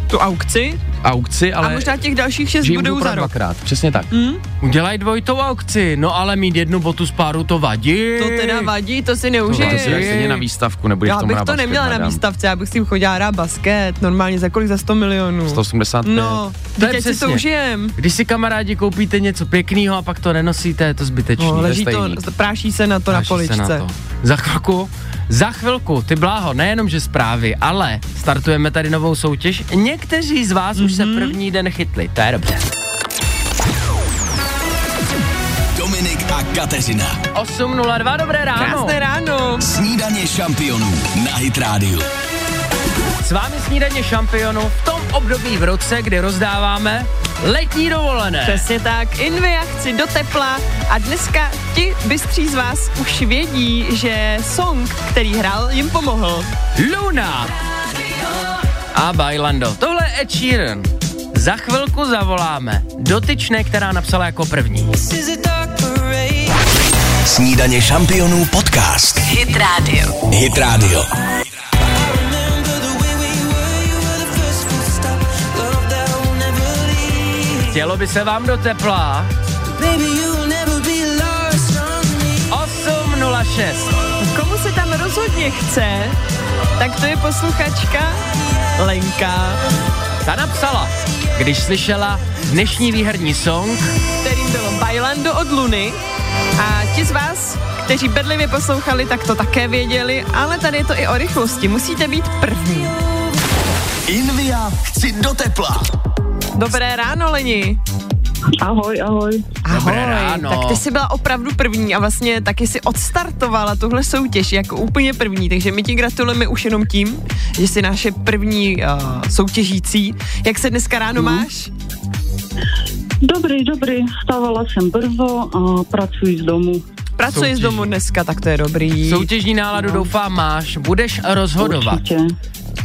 Tu aukci
aukci, ale...
a možná těch dalších šest
že jim
budou
budou
za rok.
dvakrát, přesně tak. Mm.
Udělaj Eh, dvojitou aukci, no ale mít jednu botu z páru to vadí.
To teda vadí, to si neužije.
To si dáš stejně na výstavku, nebudeš
já
tomu
bych
hrát
to
basket,
neměla na
hádám.
výstavce, já bych s tím chodila hrát basket, normálně za kolik, za 100 milionů.
185.
No,
To je
teď si to
přesně.
užijem.
Když si kamarádi koupíte něco pěkného a pak to nenosíte, je to zbytečný.
No, leží to,
stejný.
práší se na to na
Naši se
poličce.
na to. Za chvilku, za chvilku, ty bláho, nejenom že zprávy, ale startujeme tady novou soutěž. Někteří z vás mm-hmm. už
Mhm.
se první den chytli, to je dobře.
Dominik a Kateřina.
8.02, dobré ráno.
Krásné ráno.
Snídaně šampionů na Hit Radio.
S vámi snídaně šampionů v tom období v roce, kdy rozdáváme letní dovolené.
Přesně tak, Invia chci do tepla a dneska ti bystří z vás už vědí, že song, který hrál, jim pomohl.
Luna a Bailando. Tohle je Ed Sheeran. Za chvilku zavoláme dotyčné, která napsala jako první.
Snídaně šampionů podcast. Hit Radio. Hit Radio.
Chtělo by se vám do tepla. 806.
Komu se tam rozhodně chce, tak to je posluchačka Lenka,
Ta napsala, když slyšela dnešní výherní song,
kterým bylo Bailando od Luny. A ti z vás, kteří bedlivě poslouchali, tak to také věděli, ale tady je to i o rychlosti. Musíte být první.
Invia chci do tepla.
Dobré ráno, Leni.
Ahoj, ahoj.
Dobré
Ahoj,
ráno.
tak ty jsi byla opravdu první a vlastně taky si odstartovala tuhle soutěž jako úplně první, takže my ti gratulujeme už jenom tím, že jsi naše první uh, soutěžící. Jak se dneska ráno
Mm.
máš?
Dobrý, dobrý. Stávala jsem brzo a pracuji z domu.
Pracuješ
Soutěží.
z domu dneska, tak to je dobrý.
soutěžní náladu doufám máš, budeš rozhodovat.
Určitě.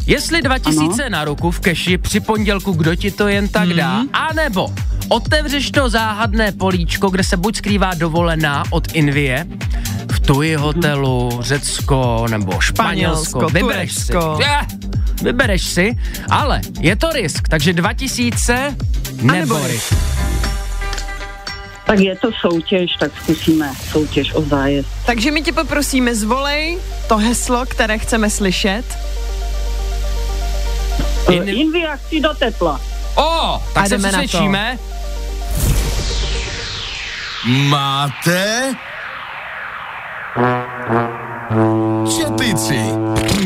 Jestli 2000 na ruku v keši při pondělku, kdo ti to jen tak dá,
Hmm.
anebo otevřeš to záhadné políčko, kde se buď skrývá dovolená od Invie, v Tuji hotelu, Řecko nebo Španělsko,
Španělsko,
vybereš si.
Turecko.
Je, vybereš si, ale je to risk, takže 2000 nebo
risk.
risk.
Tak je to soutěž, tak zkusíme soutěž o zájezd.
Takže my tě poprosíme, zvolej to heslo, které chceme slyšet.
Jen-
Invia chci do tepla.
O, tak se
A jdeme na to.
přesvědčíme.
máte čepici.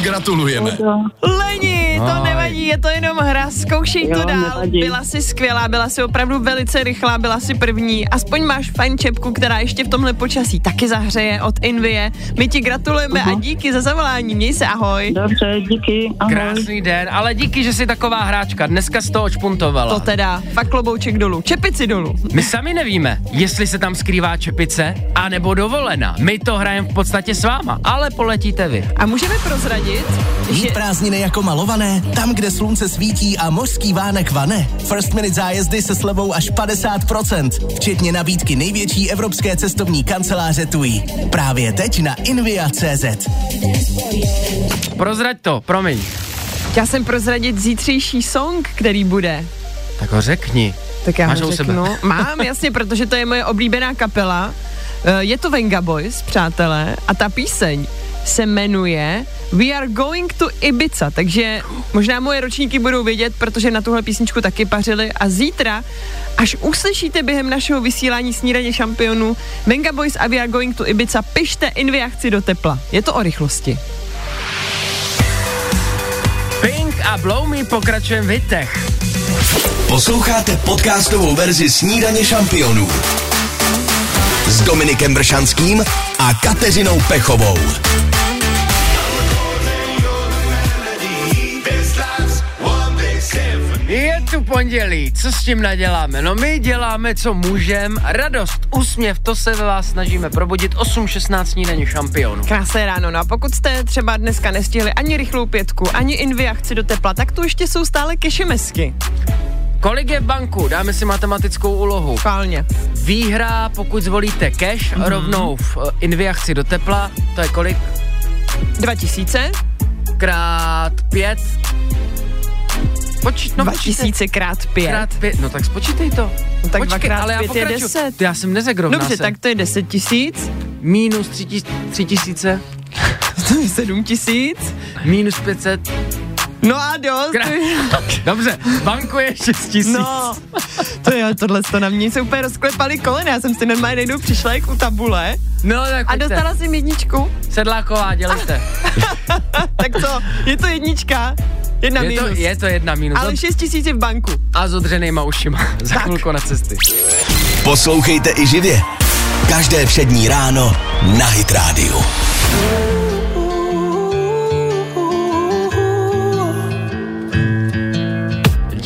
Gratulujeme.
Leni, to nevadí, je to jenom hra, zkoušej to
Jo,
dál.
nevadí.
Byla jsi skvělá, byla jsi opravdu velice rychlá, byla jsi první. Aspoň máš fajn čepku, která ještě v tomhle počasí taky zahřeje od Invie. My ti gratulujeme a díky za zavolání, měj se, ahoj.
Dobře, díky, ahoj.
Krásný den, ale díky, že jsi taková hráčka. Dneska jsi to
To
očpuntovala.
teda, fakt klobouček dolů, čepici dolů.
My sami nevíme, jestli se tam skrývá čepice, anebo dovolena. My to hrajeme v podstatě s váma, ale poletíte vy.
A můžeme prozradit, že
Hm,
Mít prázdniny jako malované, tam, kde slunce svítí a mořský vánek vane. First Minute zájezdy se slevou až 50%, včetně nabídky největší evropské cestovní kanceláře TUI. Právě teď na invia.cz.
Prozrať to, promiň.
chtěla jsem prozradit zítřejší song, který bude.
Tak ho řekni.
Tak já
Máš ho
ho
u sebe.
řeknu. Mám, jasně, protože to je moje oblíbená kapela. Eh, Je to Venga Boys, přátelé, a ta píseň se jmenuje We are going to Ibiza, takže možná moje ročníky budou vědět, protože na tuhle písničku taky pařili a zítra, až uslyšíte během našeho vysílání snídaně šampionů Venga Boys a We are going to Ibiza, pište inviakci do tepla. Je to o rychlosti.
Pink a Blow Me pokračujeme v hitech.
Posloucháte podcastovou verzi Snídaně šampionů s Dominikem Bršanským a Kateřinou Pechovou.
Je tu pondělí, co s tím naděláme? No my děláme, co můžem. Radost, úsměv, to se ve vás snažíme probudit. 8.16 snídaní šampionu.
Krásné ráno. No a pokud jste třeba dneska nestihli ani rychlou pětku, ani invia chci do tepla, tak tu ještě jsou stále kešemesky.
Kolik je v banku? Dáme si matematickou úlohu.
Schválně.
Výhra, pokud zvolíte cash, mm-hmm. rovnou v eh, inviachci do tepla, to je kolik?
2000,
Krát pět? Počít, no počítej.
2000 krát 5.
Krát pět, no tak spočítej to.
No tak
Počkej,
dvakrát
ale já
pět je
pokračuju.
deset.
Já jsem nezegrovná
Dobře,
se.
tak to je 10 tisíc,
Minus tři, tis, tři tisíce,
to je 7 tisíc,
minus pětset.
no a dost.
Krát. Dobře, v banku je šest tisíc.
No, to je tohle, to na mě se úplně rozklepali kolena, já jsem si normálně najednou přišla jak u tabule
no tak
a
pojďte.
dostala Ah, jsem jedničku,
Sedláková, dělejte.
tak co, je to jednička, jedna
Je to,
minus,
je to jedna minus.
ale 6 tisíc je v banku.
A s odřenýma ušima. Za chvilku na cesty.
Poslouchejte i živě. Každé přední ráno na Hit Radio.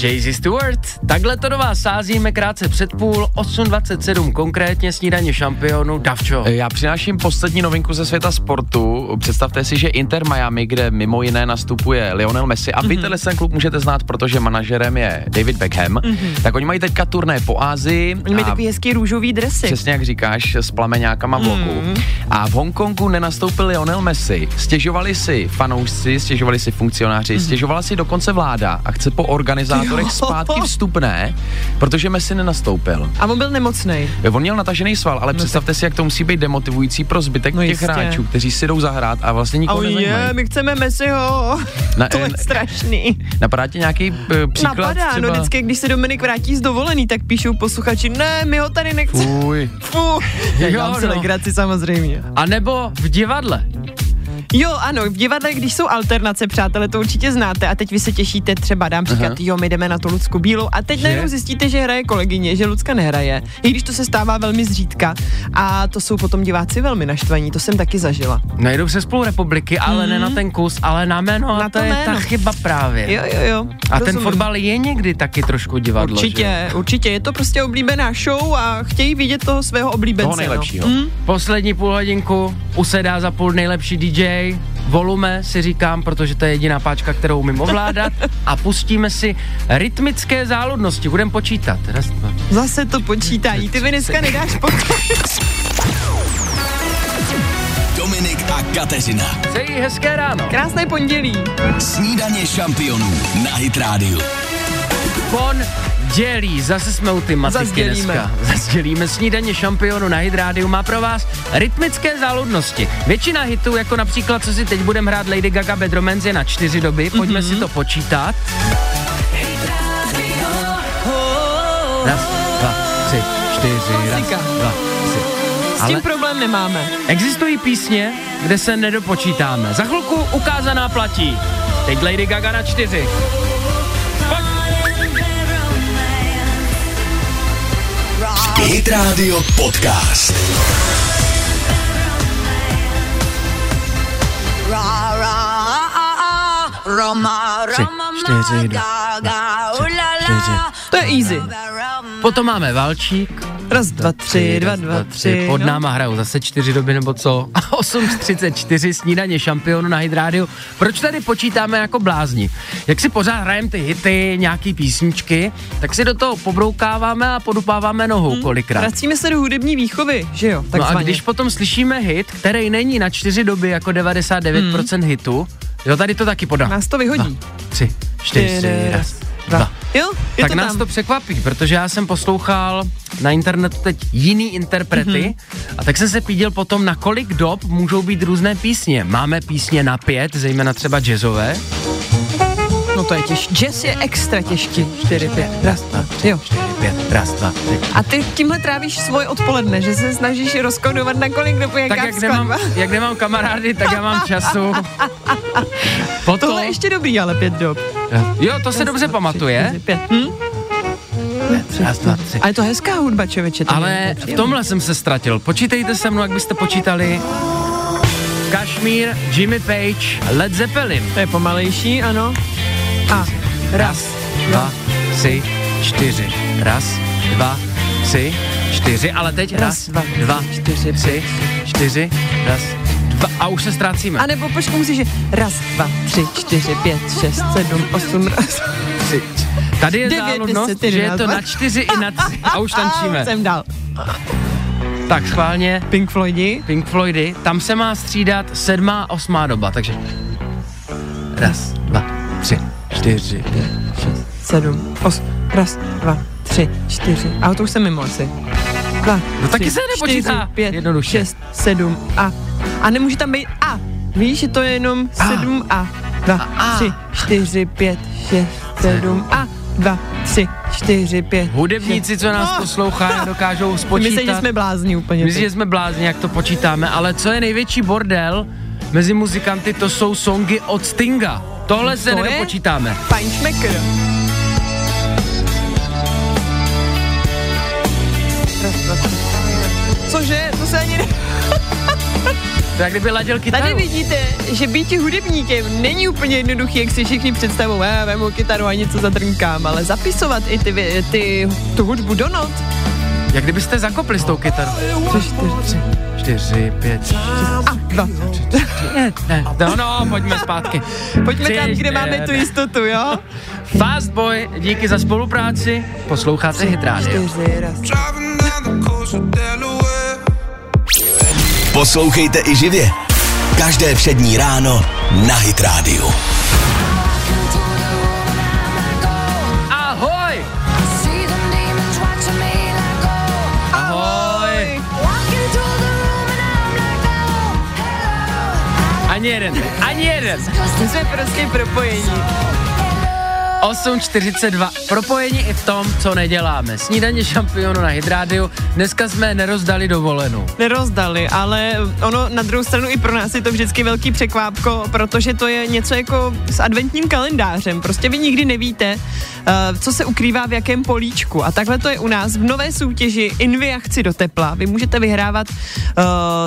Jay-Z Stewart. Takhle to do vás sázíme krátce před půl, 8.27 konkrétně snídaně šampionu Davčo.
Eh, Já přináším poslední novinku ze světa sportu. Představte si, že Inter Miami, kde mimo jiné nastupuje Lionel Messi, a vy
Mhm.
mm-hmm. tenhle ten klub můžete znát, protože manažerem je David Beckham,
Mhm.
mm-hmm. tak oni mají teďka turné po Ázii.
Oni mají
a
takový hezký růžový dresy.
Přesně jak říkáš, s plameňákama v loku.
Hmm.
Mm. A v Hongkongu nenastoupil Lionel Messi. Stěžovali si fanoušci, stěžovali si funkcionáři, mm. stěžovala si dokonce vláda a chce po organizátorech
Hmm. Jo.
zpátky vstupné, protože Messi nenastoupil.
A on byl nemocnej.
On měl natažený sval, ale no představte si, jak to musí být demotivující pro zbytek
No
těch
jistě.
hráčů, kteří si jdou zahrát a vlastně
A
nikoho
on je,
nezajímají.
my chceme Messiho.
Na-
to je
eh,
strašný.
Napadá ti nějaký eh, příklad
Napadá,
třeba?
no vždycky, když se Dominik vrátí z dovolený, tak píšou posluchači, ne, my ho tady nechceme.
Fuj.
Fuh. Já
Jo,
dělám si
no.
legraci samozřejmě.
A nebo v divadle.
Jo, ano, v divadle, když jsou alternace, přátelé, to určitě znáte a teď vy se těšíte třeba, dám příklad, jo, my jdeme na tu Lucku Bílou a teď najednou zjistíte, že hraje kolegyně, že Lucka nehraje, i když to se stává velmi zřídka a to jsou potom diváci velmi naštvaní, to jsem taky zažila.
Najdou přes půl republiky, ale mm. ne na ten kus, ale na jméno.
Mhm. Na
a to
to
je
jméno.
ta chyba právě.
Jo, jo, jo.
a ten
rozumím.
fotbal je někdy taky trošku divadlo. Že?
Určitě, určitě. Je to prostě oblíbená show a chtějí vidět toho svého oblíbence.
Toho nejlepšího.
No.
Mm.
Mm,
Poslední půl hodinku usedá za půl nejlepší DJ, volume si říkám, protože to je jediná páčka, kterou umím ovládat a pustíme si rytmické záludnosti, budeme počítat. Raz, dva,
zase to počítání. Ty mi dneska nedáš pokoj.
Dominik a Kateřina.
přeji hezké ráno.
Krásné pondělí.
Snídaně šampionů na Hit Radio.
Pondělí, zase jsme u
Zas
tematiky
dělíme.
dneska. Zazdělíme snídaně šampionu na Hydrádiu má pro vás rytmické záludnosti. Většina hitů, jako například, co si teď budeme hrát Lady Gaga Bedromance, je na čtyři
Mhm.
doby, pojďme mm-hmm. si to počítat. Raz, dva, tři, čtyři,
Klasika.
raz, dva, tři.
S tím problém nemáme.
Existují písně, kde se nedopočítáme. Za chvilku ukázaná platí. Teď Lady Gaga na čtyři.
Hit Radio Podcast.
Tři, čtyři, dva, dva, tři, čtyři.
To je easy.
Potom máme Valčík.
Raz, dva, tři, dva, dva, tři.
Pod
no.
náma hrajou zase čtyři doby nebo co. A 8.34 snídaně šampionu na Hydrádiu. Proč tady počítáme jako blázni? Jak si pořád hrajeme ty hity, nějaký písničky, tak si do toho pobroukáváme a podupáváme nohou kolikrát.
Vracíme se do hudební výchovy, že jo?
No a
Hmm, takzvaně.
když potom slyšíme hit, který není na čtyři doby jako 99% hitu, jo, tady to taky podá.
Hmm. Nás to vyhodí.
Tři, čtyři, raz, dva.
Jo, je
Tak
to
nás
tam.
to překvapí, protože já jsem poslouchal na internetu teď jiný interprety
Mhm.
a tak jsem se pídil potom, na kolik dob můžou být různé písně. Máme písně na pět, zejména třeba jazzové.
No to je těžké. Jazz je extra těžký. Čtyři, pět, raz, dva, tři, jo.
Pět, raz, dva, tři.
A ty tímhle trávíš svoje odpoledne, že se snažíš rozkodovat na kolik dobu je
Tak
kam
jak nemám,
skladba.
jak nemám kamarády, tak já mám času. Potom,
Tohle je ještě dobrý, ale pět dob.
jo, to se dobře pamatuje.
čtyři, pět. Hm?
Raz, dva, tři.
A je to hezká hudba, čověče. to
Ale
je to
v
příjemný.
tomhle jsem se ztratil. Počítejte se mnou, jak byste počítali. Kašmír, Jimmy Page, Led Zeppelin.
To je pomalejší, ano. A raz,
Dva, tři, čtyři. Raz, dva, tři, čtyři. Ale teď raz, dva,
čtyři,
tři, čtyři, raz, dva. A už se ztrácíme.
A nebo počkej, musíš, že raz, dva, tři, čtyři, pět, šest, sedm, osm, raz.
Tři. Tady je
Devět,
záludnost,
deset,
že je
jedenáct,
to na
dvanáct.
čtyři i na tři. A už tančíme.
Jsem dál.
Tak schválně.
Pink Floydi.
Pink Floydy, tam se má střídat sedmá a osmá doba, takže raz, dva, tři, čtyři, pět, šest.
Sedm, osm, raz, dva, tři, čtyři. A to už jsem mimo asi. Dva,
No taky
tři,
se nepočítá.
Čtyři, pět,
Jednoduše.
šest, sedm a. A nemůže tam být a. Víš, že to je jenom sedm a. Dva,
A.
tři, čtyři, pět, šest, sedm a. Dva, tři, čtyři, pět.
Hudebníci, co nás
No.
poslouchají, dokážou spočítat.
Myslím, že jsme blázni úplně.
Myslím, že jsme blázni, jak to počítáme, ale co je největší bordel mezi muzikanty, to jsou songy od Stinga. Tohle se
To je-
nedopočítáme.
Feinschmecker. Cože? To se ani ne...
To je, jak kdyby ladil kytaru.
Tady vidíte, že být hudebníkem není úplně jednoduchý, jak si všichni představují, já vemu kytaru a něco zatrnkám, ale zapisovat i ty, vě- ty tu hudbu do not.
Jak kdybyste zakopli s tou kytarou.
Tři, čtyři, tři,
Čtyři, pět,
a dva.
ne, ne. No, no, pojďme zpátky.
Pojďme
Tři,
tam, kde máme tu
čtyři,
jistotu, jo?
Fast Boy, díky za spolupráci, posloucháte Hit Radio.
Čtyři, raz.
Driving down the coast of Delaware.
Poslouchejte i živě. Každé přední ráno na Hit Radio.
Ahoj! Ahoj! Ani jeden, ani jeden.
My jsme prostě propojení.
8.42. Propojení i v tom, co neděláme. Snídaně šampionu na Hydrádiu. Dneska jsme nerozdali dovolenou.
nerozdali, ale ono na druhou stranu i pro nás je to vždycky velký překvápko, protože to je něco jako s adventním kalendářem. Prostě vy nikdy nevíte, eh, co se ukrývá v jakém políčku. A takhle to je u nás v nové soutěži Invi a chci do tepla. Vy můžete vyhrávat eh,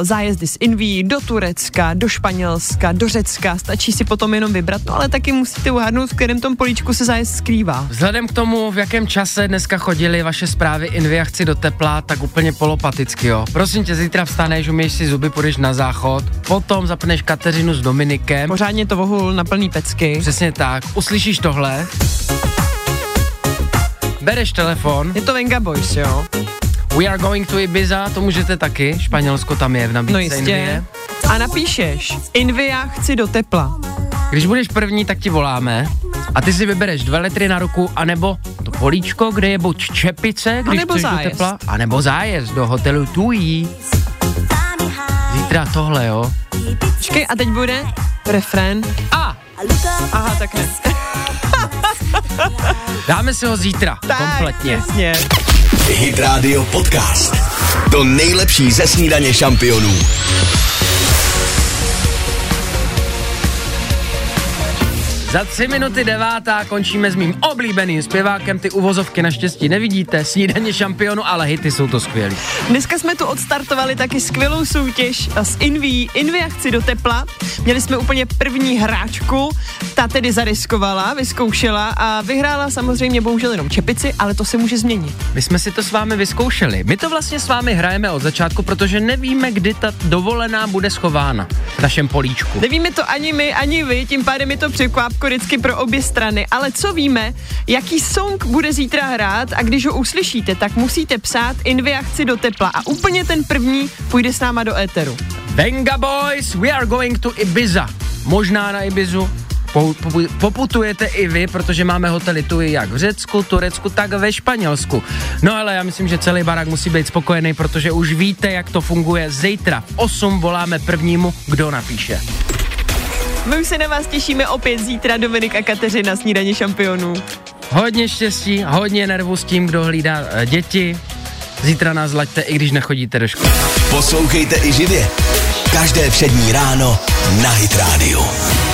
zájezdy z Inví do Turecka, do Španělska, do Řecka. Stačí si potom jenom vybrat, no ale taky musíte uhádnout, v kterém tom políčku se zájezd skrývá.
Vzhledem k tomu, v jakém čase dneska chodili vaše zprávy Inviachci do tepla, tak úplně polopaticky, jo. Prosím tě, zítra vstaneš, uměješ si zuby, půjdeš na záchod, potom zapneš Kateřinu s Dominikem,
Pořádně to vohul na plný pecky.
Přesně tak. Uslyšíš tohle? Bereš telefon.
Je to Venga Boys, jo?
We are going to Ibiza, to můžete taky. Španělsko tam je v nabídce.
No jistě.
Invie.
A napíšeš, Invia chci do tepla.
Když budeš první, tak ti voláme. A ty si vybereš dva litry na ruku, anebo to políčko, kde je buď čepice, když
nebo
chceš
zájezd.
do tepla, anebo zájezd do hotelu Tui. Zítra tohle, jo.
Počkej, a teď bude refrén.
A!
Aha, tak ne.
Dáme si ho zítra,
tak,
kompletně.
Jasně.
Hit Radio Podcast. To nejlepší ze snídaně šampionů.
Za tři minuty devátá končíme s mým oblíbeným zpěvákem. Ty uvozovky naštěstí nevidíte, snídaně šampionu, ale hity jsou to skvělý.
Dneska jsme tu odstartovali taky skvělou soutěž s Inví, Inví akci do tepla. Měli jsme úplně první hráčku, ta tedy zariskovala, vyzkoušela a vyhrála samozřejmě bohužel jenom čepici, ale to se může změnit.
My jsme si to s vámi vyzkoušeli. My to vlastně s vámi hrajeme od začátku, protože nevíme, kdy ta dovolená bude schována v našem políčku.
Nevíme to ani my, ani vy, tím pádem je to překvápko vždycky pro obě strany, ale co víme, jaký song bude zítra hrát a když ho uslyšíte, tak musíte psát Invi akci do tepla a úplně ten první půjde s náma do éteru.
Venga boys, we are going to Ibiza. Možná na Ibizu, po- po- poputujete i vy, protože máme hotely tu jak v Řecku, Turecku, tak ve Španělsku. No ale já myslím, že celý barák musí být spokojený, protože už víte, jak to funguje. Zítra v 8 voláme prvnímu, kdo napíše.
My už se na vás těšíme opět zítra, Dominik a Kateřina, snídaně šampionů.
Hodně štěstí, hodně nervů s tím, kdo hlídá eh, děti. Zítra nás laďte, i když nechodíte do školy.
Poslouchejte i živě. Každé přední ráno na Hit Radio.